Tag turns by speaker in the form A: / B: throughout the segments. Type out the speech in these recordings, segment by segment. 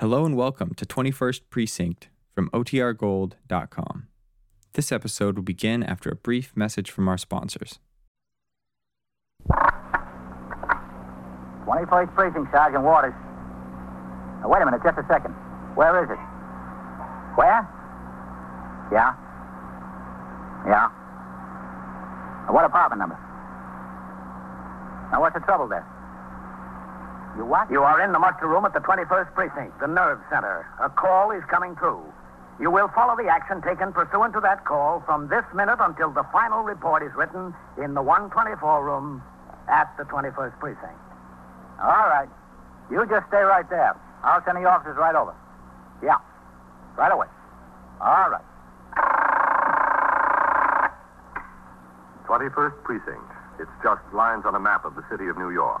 A: Hello and welcome to 21st Precinct from OTRGold.com. This episode will begin after a brief message from our sponsors.
B: 21st Precinct, Sergeant Waters. Now, wait a minute, just a second. Where is it? Where? Yeah. Yeah. Now, what apartment number? Now, what's the trouble there? You what?
C: You are in the muster room at the 21st Precinct, the nerve center. A call is coming through. You will follow the action taken pursuant to that call from this minute until the final report is written in the 124 room at the 21st Precinct.
B: All right. You just stay right there. I'll send the officers right over. Yeah. Right away. All right.
D: 21st Precinct. It's just lines on a map of the city of New York.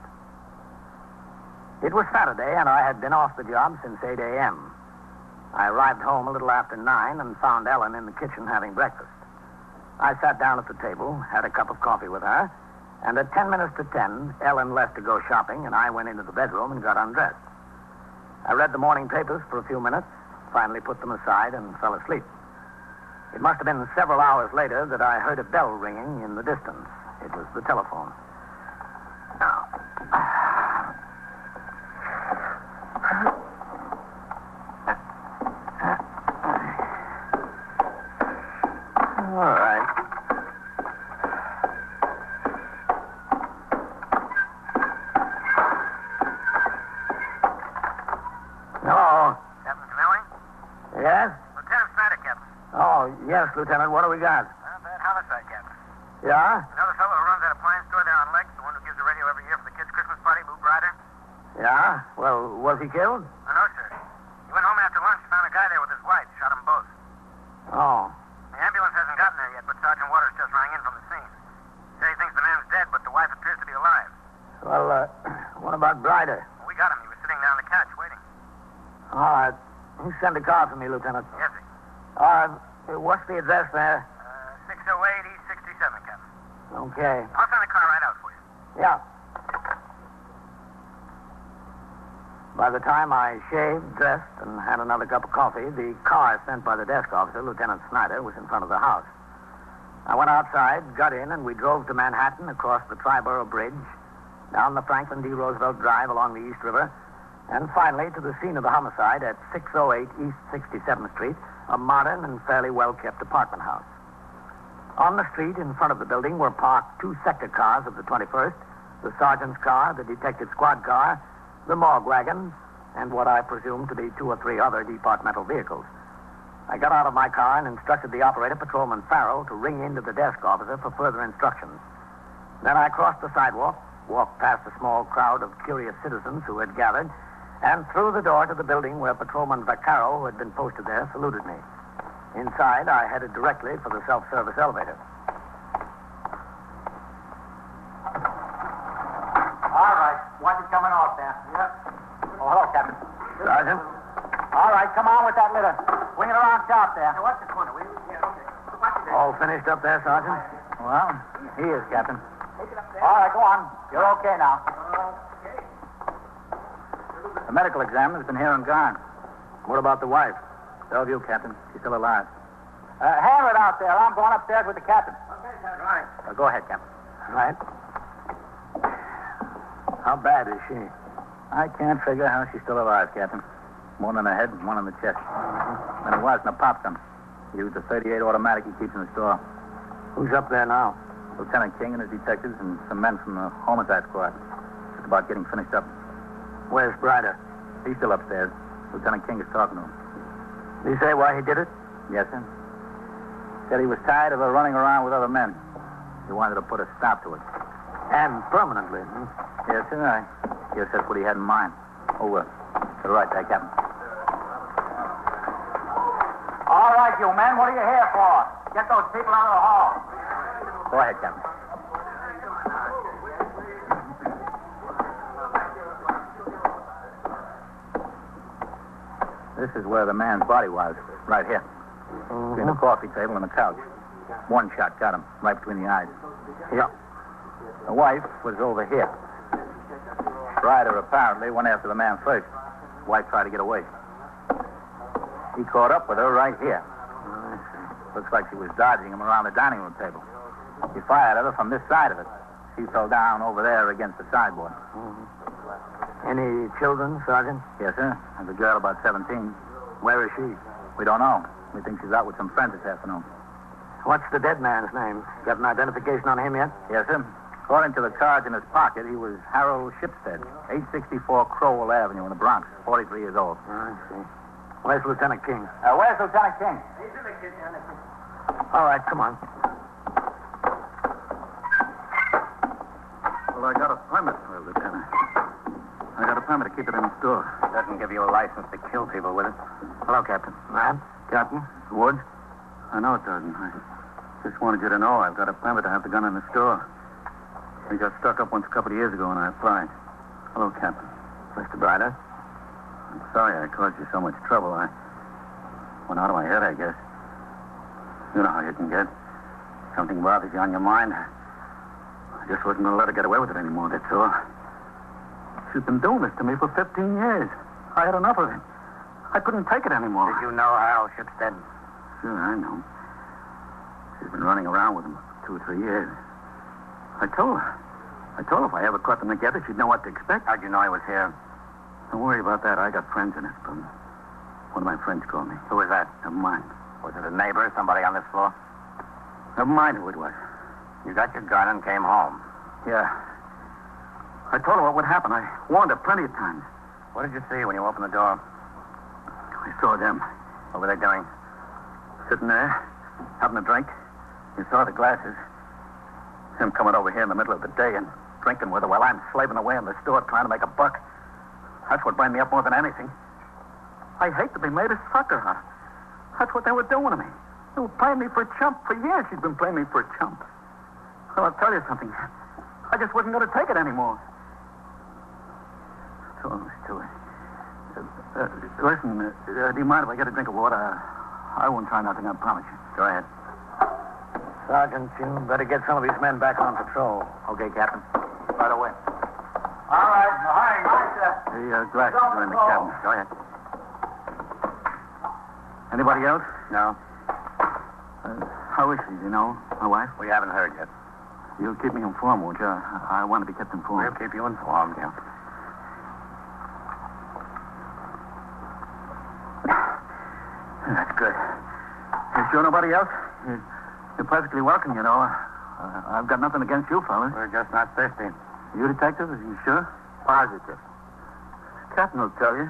C: It was Saturday, and I had been off the job since 8 a.m. I arrived home a little after 9 and found Ellen in the kitchen having breakfast. I sat down at the table, had a cup of coffee with her, and at 10 minutes to 10, Ellen left to go shopping, and I went into the bedroom and got undressed. I read the morning papers for a few minutes, finally put them aside, and fell asleep. It must have been several hours later that I heard a bell ringing in the distance. It was the telephone. Now, All right. Hello.
E: Captain Camilli?
C: Oh, Yes?
E: Lieutenant Snyder, Captain.
C: Oh, yes, Lieutenant. What do we got?
E: Uh, that homicide, Captain.
C: Yeah?
E: Another fellow who runs that appliance store down on Lex, the one who gives the radio every year for the kids' Christmas party, Lou Ryder?
C: Yeah? Well, was he killed?
E: Oh, no, sir. He went home after lunch, found a guy there with his wife, shot them both.
C: Oh.
E: The ambulance hasn't gotten there yet, but Sergeant Waters just rang in from the scene. Said he thinks the man's dead, but the wife appears to be alive.
C: Well, uh, what about Brider?
E: Well, we got him. He was sitting down on the couch waiting.
C: All right. You send a car for me, Lieutenant.
E: Yes, sir.
C: All right. Uh, What's the address there?
E: Uh, 608 East 67, Captain.
C: Okay.
E: I'll send the car right out for you.
C: Yeah. By the time I shaved, dressed, and had another cup of coffee, the car sent by the desk officer, Lieutenant Snyder, was in front of the house. I went outside, got in, and we drove to Manhattan across the Triborough Bridge, down the Franklin D. Roosevelt Drive along the East River, and finally to the scene of the homicide at 608 East 67th Street, a modern and fairly well kept apartment house. On the street in front of the building were parked two sector cars of the 21st, the sergeant's car, the detective squad car, the morgue wagon, and what I presume to be two or three other departmental vehicles. I got out of my car and instructed the operator, Patrolman Farrell, to ring into the desk officer for further instructions. Then I crossed the sidewalk, walked past a small crowd of curious citizens who had gathered, and through the door to the building where Patrolman Vaccaro, who had been posted there, saluted me. Inside, I headed directly for the self service elevator.
B: All right. Watch it coming off there. Yep. Oh, hello, Captain.
C: Sergeant?
B: All right, come on with that litter. Wing it around sharp there.
E: What's the corner, will you? Yeah, okay. Watch it
C: All finished up there, Sergeant?
B: Well, he is, Captain.
E: Take it up there.
B: All right, go on. You're okay now.
E: Okay.
B: The medical examiner's been here and gone.
C: What about the wife?
B: So have you, Captain. She's still alive. Uh, hammer it out there. I'm going upstairs with the captain.
E: Right.
B: Uh, go ahead, Captain.
C: All right. How bad is she?
B: I can't figure how she's still alive, Captain. One in the head and one in the chest. And it was in a pop gun. He used a 38 automatic he keeps in the store.
C: Who's up there now?
B: Lieutenant King and his detectives and some men from the homicide squad. Just about getting finished up.
C: Where's Brider?
B: He's still upstairs. Lieutenant King is talking to him.
C: Did he say why he did it?
B: Yes, sir. Said he was tired of her running around with other men. He wanted to put a stop to it.
C: And permanently. hmm?
B: Yes, sir. I guess that's what he had in mind. Oh, Over. To the right there, Captain.
F: All
C: All
F: right, you men, what are you here for? Get those people out of the hall. Go ahead, Captain. This is where the man's body was, right here. Between the coffee table and the couch. One shot got him, right between the eyes.
G: Yeah.
F: The wife was over here. Ryder apparently went after the man first. Wife tried to get away. He caught up with her right here. Looks like she was dodging him around the dining room table. He fired at her from this side of it. She fell down over there against the sideboard.
G: Any children, Sergeant?
F: Yes, sir. There's a girl about 17.
G: Where is she?
F: We don't know. We think she's out with some friends this afternoon.
G: What's the dead man's name? Got an identification on him yet?
F: Yes, sir. According to the cards in his pocket, he was Harold Shipstead, 864 Crowell Avenue in the Bronx, 43 years old.
G: Ah, I see. Where's Lieutenant King?
F: Uh, where's Lieutenant King?
G: All right, come on.
C: Well, I got a permit for it, Lieutenant. I got a permit to keep it in the store.
E: Doesn't give you a license to kill people with it.
C: Hello, Captain.
G: Ma'am?
C: Captain? Wood? I know it doesn't. I just wanted you to know I've got a permit to have the gun in the store. We got stuck up once a couple of years ago and I applied. Hello, Captain.
G: Mr. Brider?
C: I'm sorry I caused you so much trouble. I went out of my head, I guess. You know how you can get. Something bothers you on your mind. I just wasn't going to let her get away with it anymore, that's all. She's been doing this to me for 15 years. I had enough of it. I couldn't take it anymore.
E: Did you know Harold Shipstead?
C: Sure, I know. She's been running around with him for two or three years. I told her. I told her if I ever caught them together, she'd know what to expect.
E: How'd you know he was here?
C: Don't worry about that. I got friends in it, but one of my friends called me.
E: Who was that?
C: Never mind.
E: Was it a neighbor, somebody on this floor?
C: Never mind who it was.
E: You got your gun and came home.
C: Yeah. I told her what would happen. I warned her plenty of times.
E: What did you see when you opened the door?
C: I saw them
E: What were they doing?
C: sitting there, having a drink. You saw the glasses. Him coming over here in the middle of the day and drinking with her while I'm slaving away in the store trying to make a buck. That's what burned me up more than anything. I hate to be made a sucker out of. That's what they were doing to me. They were playing me for a chump. For years she's been playing me for a chump. Well, I'll tell you something. I just wasn't going to take it anymore. So, Mr. Uh, uh, listen, uh, uh, do you mind if I get a drink of water? I won't try nothing, I promise you.
E: Go ahead.
G: Sergeant, you better get some of these men back on patrol.
F: Okay, Captain.
G: Right away.
F: All right, now hang on.
C: The uh, glasses are in the cabin.
E: Go ahead.
C: Anybody else?
E: No,
C: Uh, how is she, do you know? My wife?
E: we haven't heard yet.
C: You'll keep me informed, won't you? I, I want to be kept
E: We'll
C: informed.
E: keep you informed, yeah.
C: That's good. You sure nobody else? You're, you're perfectly welcome, you know. Uh, I've got nothing against you, fellas.
E: We're just not thirsty.
C: You detective, are you sure? Positive. Captain will tell you.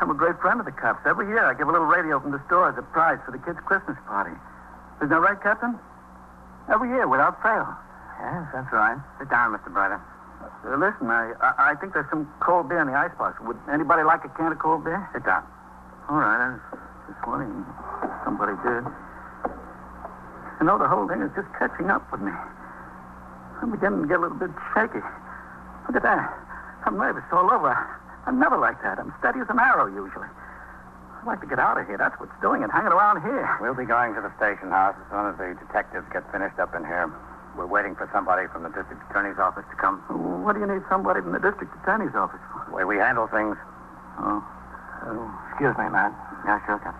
C: I'm a great friend of the cops. Every year I give a little radio from the store as a prize for the kids' Christmas party. Isn't that right, Captain? Every year, without fail.
G: Yes, that's right.
E: Sit down, Mr. Brider.
C: Uh, listen, I, I I think there's some cold beer in the icebox. Would anybody like a can of cold beer?
E: Sit down.
C: All right, I was just wondering. Somebody did. You know, the whole thing is just catching up with me. I'm beginning to get a little bit shaky. Look at that. I'm nervous all over. I'm never like that. I'm steady as an arrow, usually. I'd like to get out of here. That's what's doing it, hanging around here.
E: We'll be going to the station house as soon as the detectives get finished up in here. We're waiting for somebody from the district attorney's office to come.
C: What do you need somebody from the district attorney's office for?
E: The way we handle things.
C: Oh,
G: Excuse me, man.
E: Yeah, sure, Captain.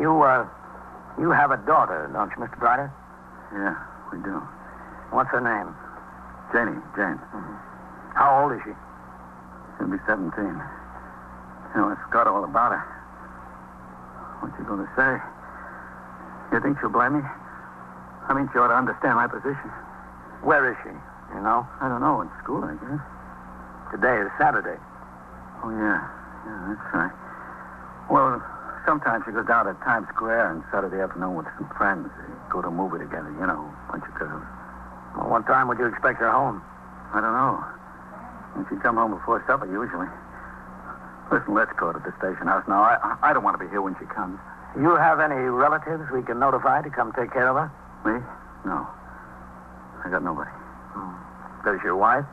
G: You, uh, you have a daughter, don't you, Mr. Brider?
C: yeah, we do.
G: What's her name?
C: Janie, Jane.
E: Mm-hmm.
G: How old is she?
C: She'll be 17. You know, I forgot all about her. What you going to say? You think she'll blame me? I mean, she ought to understand my position.
G: Where is she? You know?
C: I don't know. In school, I guess.
G: Today is Saturday.
C: Oh, yeah. Yeah, that's right. Well, sometimes she goes down to Times Square on Saturday afternoon with some friends. They go to a movie together, you know, a bunch of girls.
G: Well, what time would you expect her home?
C: I don't know. And she come home before supper, usually. Listen, let's go to the station house now. I, I- I don't want to be here when she comes. You have any relatives we can notify to come take care of her?
H: Me? No. I got nobody.
C: Hmm. Does your wife?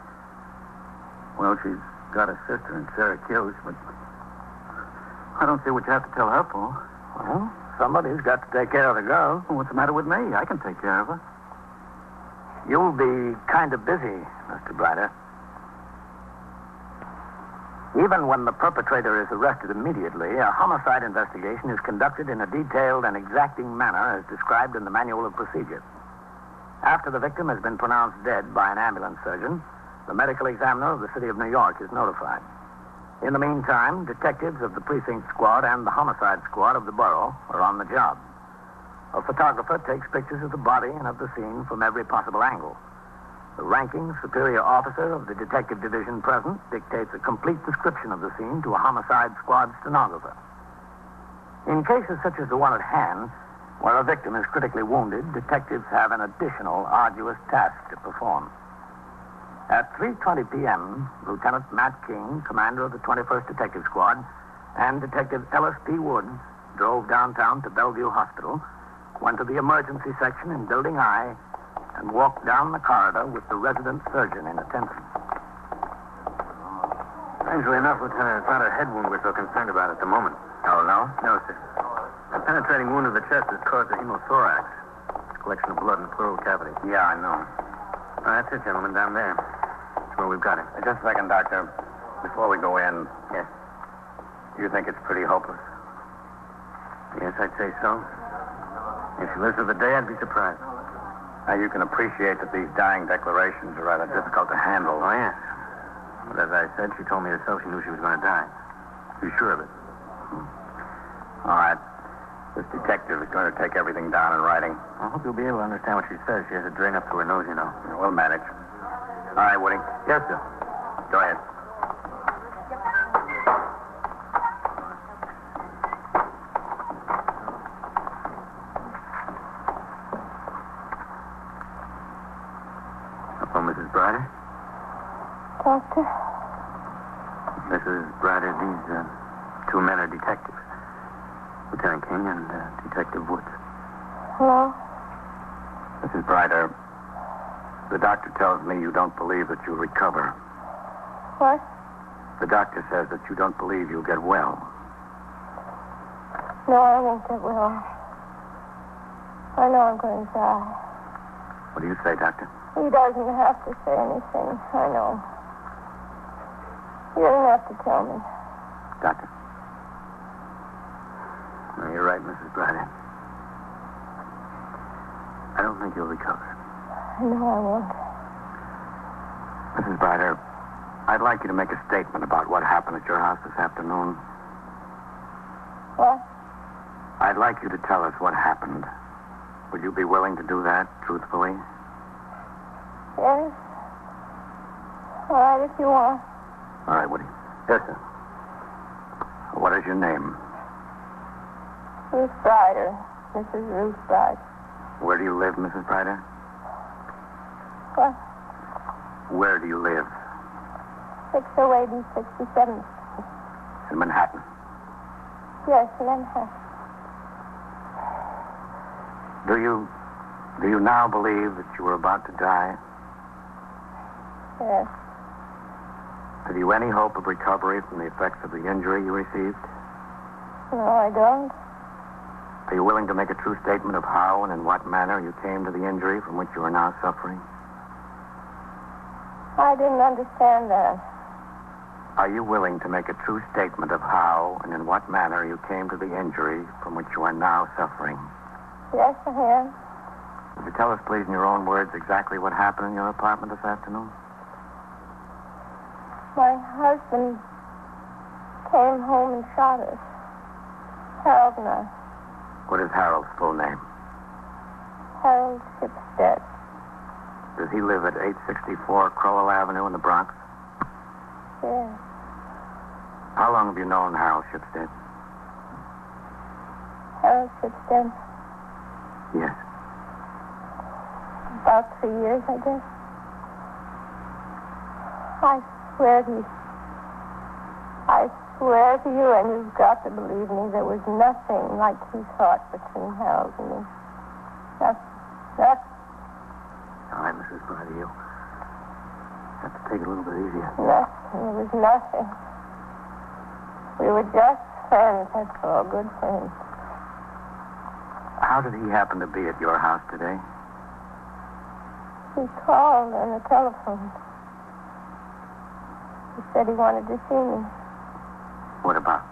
H: Well, she's got a sister in Syracuse, but I don't see what you have to tell her for.
C: Well, somebody's got to take care of the girl.
H: Well, what's the matter with me? I can take care of her.
C: You'll be kind of busy, Mr. Brighter. Even when the perpetrator is arrested immediately, a homicide investigation is conducted in a detailed and exacting manner as described in the manual of procedure. After the victim has been pronounced dead by an ambulance surgeon, the medical examiner of the city of New York is notified. In the meantime, detectives of the precinct squad and the homicide squad of the borough are on the job. A photographer takes pictures of the body and of the scene from every possible angle. The ranking superior officer of the detective division present dictates a complete description of the scene to a homicide squad stenographer. In cases such as the one at hand, where a victim is critically wounded, detectives have an additional arduous task to perform. At 3.20 p.m., Lieutenant Matt King, commander of the 21st Detective Squad, and Detective Ellis P. Woods drove downtown to Bellevue Hospital, went to the emergency section in Building I, and walked down the corridor with the resident surgeon in attendance.
E: Strangely enough, Lieutenant, it's not a head wound we're so concerned about at the moment.
H: Oh, no?
E: No, sir. A penetrating wound of the chest is caused a hemothorax. It's a collection of blood in the pleural cavity.
H: Yeah, I know.
E: Oh, that's it, gentlemen, down there. That's where we've got him.
H: Just a second, Doctor. Before we go in,
E: Yes.
H: you think it's pretty hopeless.
E: Yes, I'd say so. If he lives to the day, I'd be surprised.
H: Now, you can appreciate that these dying declarations are rather difficult to handle.
E: Oh, yes. But as I said, she told me herself she knew she was going to die. You sure of it?
H: Hmm. All right. This detective is going to take everything down in writing.
E: I hope you'll be able to understand what she says. She has a drain up to her nose, you know.
H: We'll manage. All right, Woody.
E: Yes, sir.
H: Go ahead.
E: Hello, Mrs. Brider.
I: Doctor?
E: Mrs. Brider, these uh, two men are detectives. Lieutenant King and uh, Detective Woods.
I: Hello?
H: Mrs. Brighter, the doctor tells me you don't believe that you'll recover.
I: What?
H: The doctor says that you don't believe you'll get well.
I: No, I won't get well. I know I'm going to die.
E: What do you say, Doctor?
I: He doesn't have to say anything. I know. You don't have to tell me.
E: Doctor? No, you're right, Mrs. Brider. I don't think you'll recover.
I: I know I won't.
E: Mrs. Brider, I'd like you to make a statement about what happened at your house this afternoon.
I: What?
E: I'd like you to tell us what happened. Would you be willing to do that truthfully?
I: Yes? All right, if you want.
E: All right, Woody. Yes, sir. What is your name?
I: Ruth Brighter. Mrs. Ruth Bright.
E: Where do you live, Mrs. Brider?
I: What?
E: Where do you live?
I: 608 and 67th.
E: In Manhattan.
I: Yes, Manhattan.
E: Do you do you now believe that you are about to die?
I: Yes.
E: Have you any hope of recovery from the effects of the injury you received?
I: No, I don't.
E: Are you willing to make a true statement of how and in what manner you came to the injury from which you are now suffering?
I: I didn't understand that.
E: Are you willing to make a true statement of how and in what manner you came to the injury from which you are now suffering?
I: Yes, I am.
E: Would you tell us, please, in your own words, exactly what happened in your apartment this afternoon?
I: My husband came home and shot us. Harold and I.
E: What is Harold's full name?
I: Harold Shipstead.
E: Does he live at 864 Crowell Avenue in the Bronx?
I: Yes.
E: How long have you known Harold Shipstead?
I: Harold Shipstead.
E: Yes.
I: About three years, I guess. I swear he. I swear swear to you, and you've got to believe me, there was nothing like he thought between Harold and me. Nothing. Nothing.
E: All right, Mrs. Bradley, you have to take it a little bit easier.
I: Nothing. It was nothing. We were just friends, that's all, good friends.
E: How did he happen to be at your house today?
I: He called on the telephone. He said he wanted to see me.
E: What about?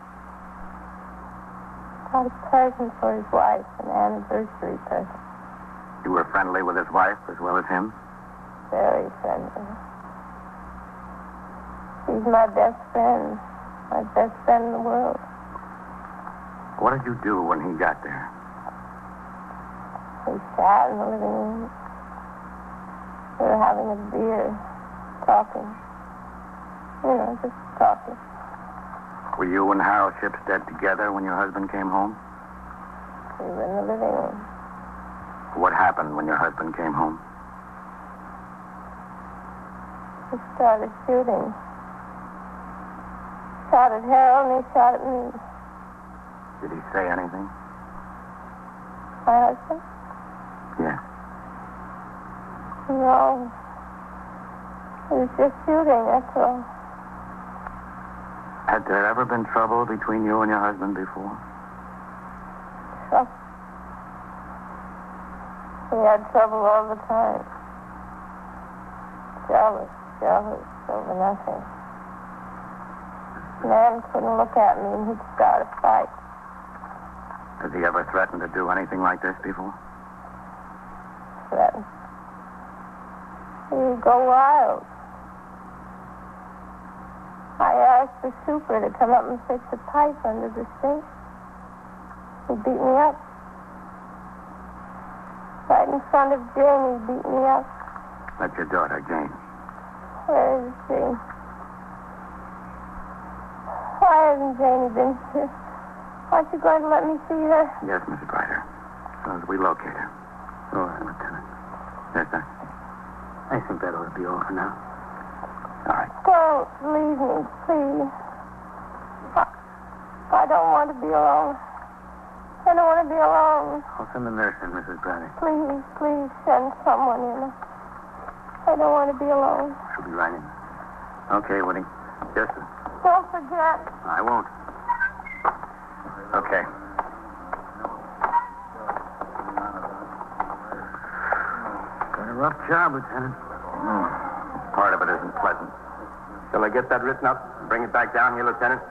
I: Got a present for his wife, an anniversary present.
E: You were friendly with his wife as well as him?
I: Very friendly. He's my best friend. My best friend in the world.
E: What did you do when he got there?
I: We sat in the living room. We were having a beer, talking. You know, just talking.
E: Were you and Harold Shipstead together when your husband came home?
I: We were in the living room.
E: What happened when your husband came home?
I: He started shooting. Shot at Harold and he shot at me.
E: Did he say anything?
I: My husband?
E: Yeah.
I: No. He was just shooting, that's all.
E: Had there ever been trouble between you and your husband before?
I: Trouble. We had trouble all the time. Jealous, jealous over nothing. Man couldn't look at me and he'd start a fight.
E: Has he ever threatened to do anything like this before?
I: Threatened. He'd go wild. I asked the super to come up and fix a pipe under the sink. He beat me up. Right in front of Jane, he beat me up.
E: That's your daughter, Jane.
I: Where is Jane? Why hasn't Janie been here? Aren't you going to let me see her?
E: Yes, Mrs. Ryder. As soon as we locate her.
H: All right, Lieutenant.
E: Yes, sir.
H: I think that ought to be all for now.
E: All right.
I: Don't leave me, please. I, I don't want to be alone. I don't want to be alone.
H: I'll send the nurse in, Mrs. Bradley.
I: Please, please send someone in. I don't want to be alone.
H: She'll be right in. Okay, Winnie.
E: Yes, sir.
I: Don't forget.
H: I won't. Okay. Got a rough job, Lieutenant.
D: Mm. Part of it isn't pleasant. Shall I get that written up and bring it back down here, Lieutenant?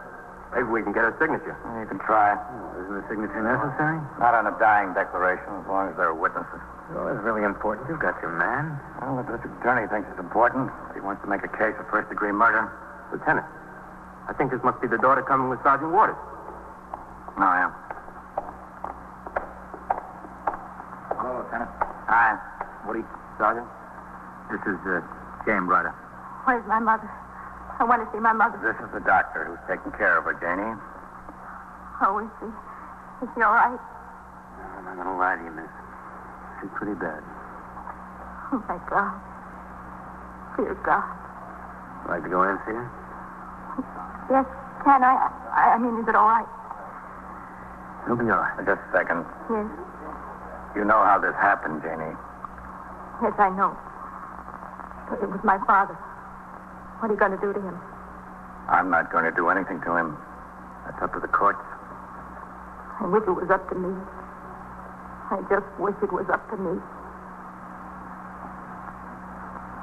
D: Maybe we can get a signature.
H: You can try. Isn't a signature necessary?
E: Not on a dying declaration, as long as there are witnesses.
H: Oh, it's really important. You've got your man.
E: Well, the district attorney thinks it's important. He wants to make a case of first-degree murder.
D: Lieutenant, I think this must be the daughter coming with Sergeant Waters.
E: No, I am.
H: Hello, Lieutenant.
E: Hi.
H: Woody, Sergeant. This is uh, James Ryder.
J: Where's my mother? I want to see my mother.
E: This is the doctor who's taking care of her, Janie.
J: Oh, is she? Is she all right?
E: No, I'm not going to lie to you, miss. She's pretty bad.
J: Oh, my God. Dear God.
E: Like to go in and see her?
J: Yes, can I? I, I mean, is it all right?
E: She'll be all right. Just a second.
J: Yes.
E: You know how this happened, Janie.
J: Yes, I know. It was my father. What are you going to do to him?
E: I'm not going to do anything to him. That's up to the courts.
J: I wish it was up to me. I just wish it was up to me.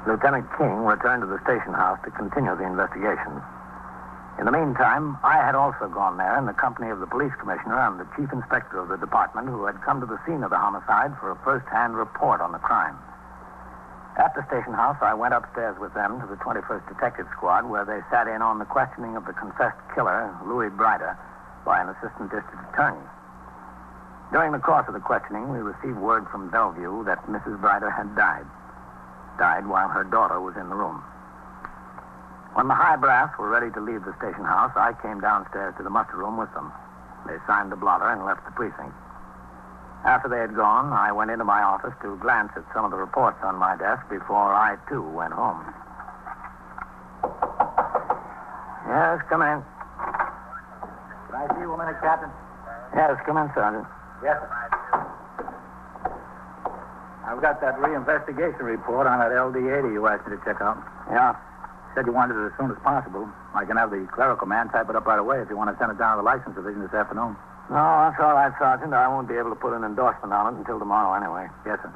C: Lieutenant King returned to the station house to continue the investigation. In the meantime, I had also gone there in the company of the police commissioner and the chief inspector of the department who had come to the scene of the homicide for a first-hand report on the crime. At the station house, I went upstairs with them to the 21st Detective Squad, where they sat in on the questioning of the confessed killer, Louis Brider, by an assistant district attorney. During the course of the questioning, we received word from Bellevue that Mrs. Brider had died. Died while her daughter was in the room. When the high brass were ready to leave the station house, I came downstairs to the muster room with them. They signed the blotter and left the precinct. After they had gone, I went into my office to glance at some of the reports on my desk before I, too, went home. Yes, come in. Can I see you a minute, Captain?
K: Yes, come in, Sergeant.
C: Yes, sir.
K: I've got that reinvestigation report on that LD-80 you asked me to check out.
C: Yeah.
K: Said you wanted it as soon as possible. I can have the clerical man type it up right away if you want to send it down to the license division this afternoon.
C: No, that's all right, Sergeant. I won't be able to put an endorsement on it until tomorrow anyway.
K: Yes, sir.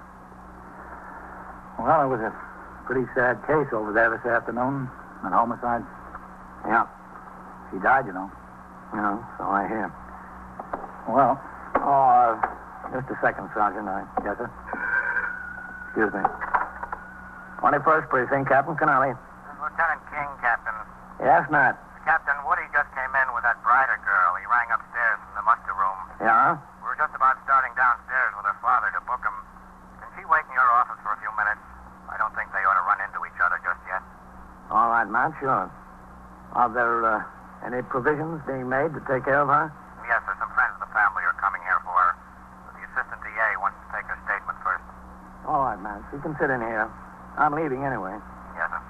K: Well, it was a pretty sad case over there this afternoon. An homicide.
C: Yeah.
K: She died, you know.
C: Yeah, so I hear.
K: Well,
C: Oh, uh, just a second, Sergeant. I...
K: yes, sir.
C: Excuse me. 21st Precinct, Captain Canale.
E: Lieutenant King, Captain.
C: Yes, Nat.
E: Captain Woody just came in with that brighter girl. He rang upstairs from the muster room.
C: Yeah?
E: We were just about starting downstairs with her father to book him. Can she wait in your office for a few minutes? I don't think they ought to run into each other just yet.
C: All right, Nat, sure.
K: Are there uh, any provisions being made to take care of her?
E: Yes, sir, some friends of the family are coming here for her. But The assistant DA wants to take her statement first.
K: All right, man. You can sit in here. I'm leaving anyway.
E: Yes, sir.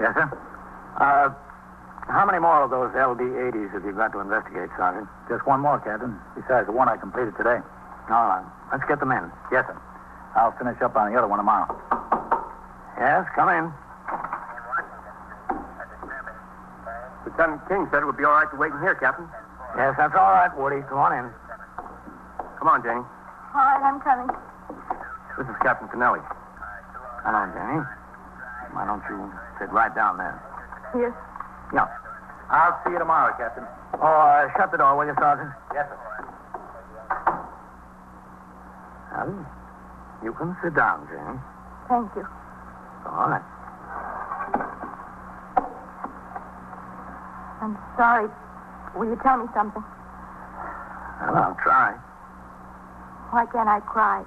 K: Yes, sir.
C: Uh, how many more of those LD-80s have you got to investigate, Sergeant?
K: Just one more, Captain. Besides the one I completed today.
C: All right. Let's get them in.
K: Yes, sir. I'll finish up on the other one tomorrow.
C: Yes, come in.
L: Lieutenant King said it would be all right to wait in here, Captain.
C: Yes, that's all right, Woody. Come on in.
L: Come on, Jenny.
I: All right, I'm coming.
L: This is Captain Canelli.
C: Hello, Jenny. Why don't you sit right down there?
I: Yes.
C: Yeah.
K: I'll see you tomorrow, Captain.
C: Oh, uh, shut the door, will you, Sergeant?
K: Yes, sir.
C: Well, you can sit down, Jenny.
I: Thank you.
C: All right.
I: I'm sorry. Will you tell me something?
C: Well, I'll try.
I: Why can't I cry?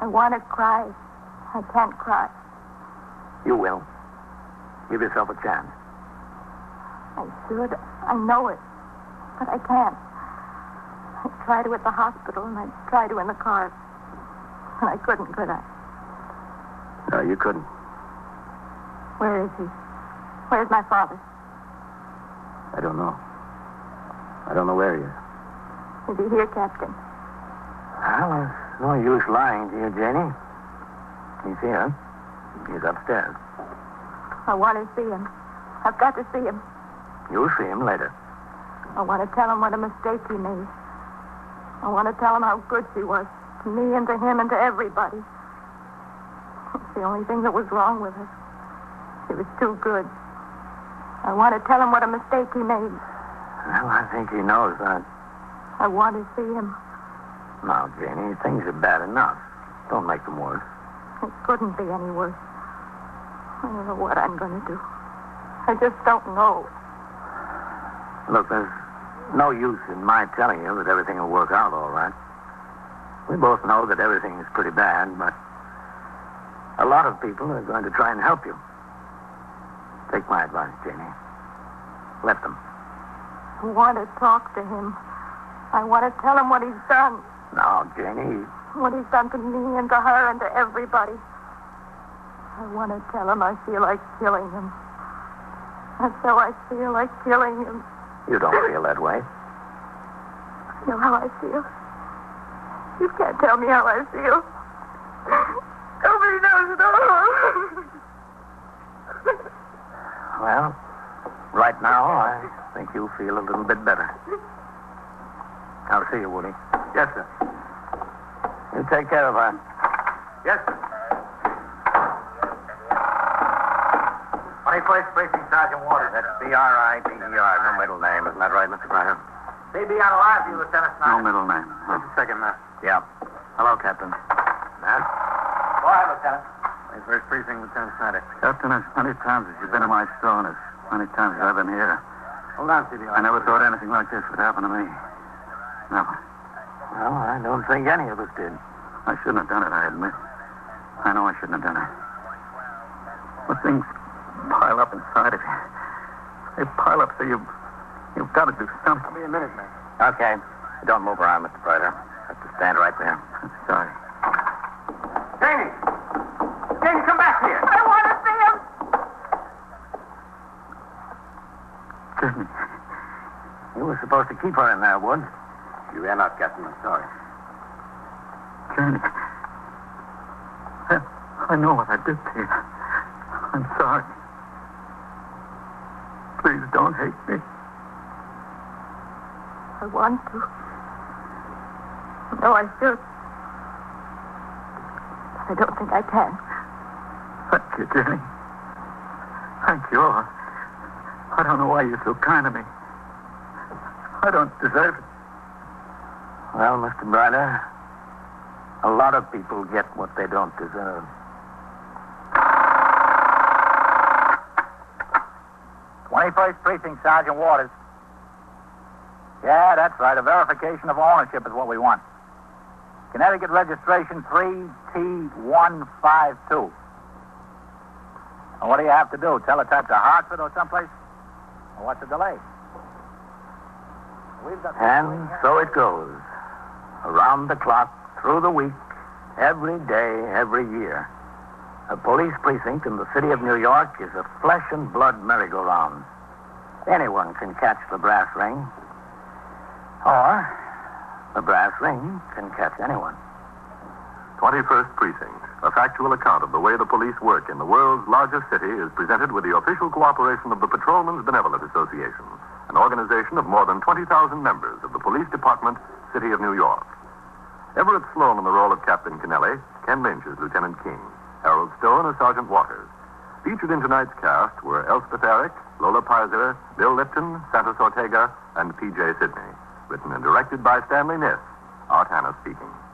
I: I want to cry. I can't cry.
C: You will. Give yourself a chance.
I: I should. I know it. But I can't. I tried to at the hospital and I tried to in the car. And I couldn't, could I?
C: No, Uh, you couldn't.
I: Where is he? Where's my father?
C: I don't know. I don't know where he is.
I: Is he here, Captain?
C: Well, it's no use lying to you, Jenny. He's here. He's upstairs.
I: I want to see him. I've got to see him.
C: You'll see him later.
I: I want to tell him what a mistake he made. I want to tell him how good she was to me and to him and to everybody. It's the only thing that was wrong with her. She was too good. I want to tell him what a mistake he made.
C: Well, I think he knows that.
I: I want to see him.
C: Now, Jenny, things are bad enough. Don't make them worse.
I: It couldn't be any worse. I don't know what I'm going to do. I just don't know.
C: Look, there's no use in my telling you that everything will work out all right. We both know that everything is pretty bad, but a lot of people are going to try and help you. Take my advice, Jenny. Let them.
I: I want to talk to him. I want to tell him what he's done.
C: Now, Jenny,
I: What he's done to me and to her and to everybody. I want to tell him I feel like killing him. That's how I feel like killing him.
C: you don't feel that way.
I: You know how I feel? You can't tell me how I feel. Nobody knows at all.
C: Well, right now, I think you feel a little bit better. I'll see you, Woody.
L: Yes, sir.
C: You take care of her.
L: Yes, sir.
K: 21st Precinct Sergeant Waters.
M: That's
C: E
M: B-R-I-D-E-R. No middle name. Isn't that right, Mr. Ryder?
K: They'd be out alive for you, Lieutenant
M: No
K: Snyder.
M: middle name. Huh?
K: Just a second, Matt.
M: Yeah. Hello, Captain. Matt?
K: Go ahead, Lieutenant.
M: First precinct, Lieutenant Snyder. Captain, as many times as you've been in my store, and as many times as I've been here,
K: Hold on, CBR.
M: I never thought anything like this would happen to me. Never.
C: Well, I don't think any of us did.
M: I shouldn't have done it, I admit. I know I shouldn't have done it. But things pile up inside of you. They pile up so you, you've got to do something.
K: Give me a minute, man.
M: Okay. Don't move around, Mr. Brighter. Have to stand right there. I'm sorry.
K: Janie! Janie, come back here.
I: I want to see him.
E: Excuse me.
C: You were supposed to keep her in there, Wood.
B: You ran out, Captain. I'm sorry.
E: Johnny. I, I know what I did to you. I'm sorry. Please don't hate me.
J: I want to. No, I should. I don't think I can.
E: Thank you, Jenny. Thank you. I don't know why you're so kind to me. I don't deserve it.
C: Well, Mr. Brider, a lot of people get what they don't deserve.
B: Twenty-first precinct, Sergeant Waters. Yeah, that's right. A verification of ownership is what we want. Connecticut registration 3T152. And what do you have to do? Teletype to Hartford or someplace? Well, what's the delay?
C: And so it goes. Around the clock, through the week, every day, every year. A police precinct in the city of New York is a flesh and blood merry-go-round. Anyone can catch the brass ring. Or the brass ring can catch anyone.
D: 21st Precinct, a factual account of the way the police work in the world's largest city, is presented with the official cooperation of the Patrolmen's Benevolent Association, an organization of more than 20,000 members of the Police Department, City of New York. Everett Sloan in the role of Captain Kennelly, Ken Lynch as Lieutenant King, Harold Stone as Sergeant Waters. Featured in tonight's cast were Elspeth Eric, Lola Pizer, Bill Lipton, Santos Ortega, and P.J. Sidney written and directed by Stanley Niss. Art Hanna speaking.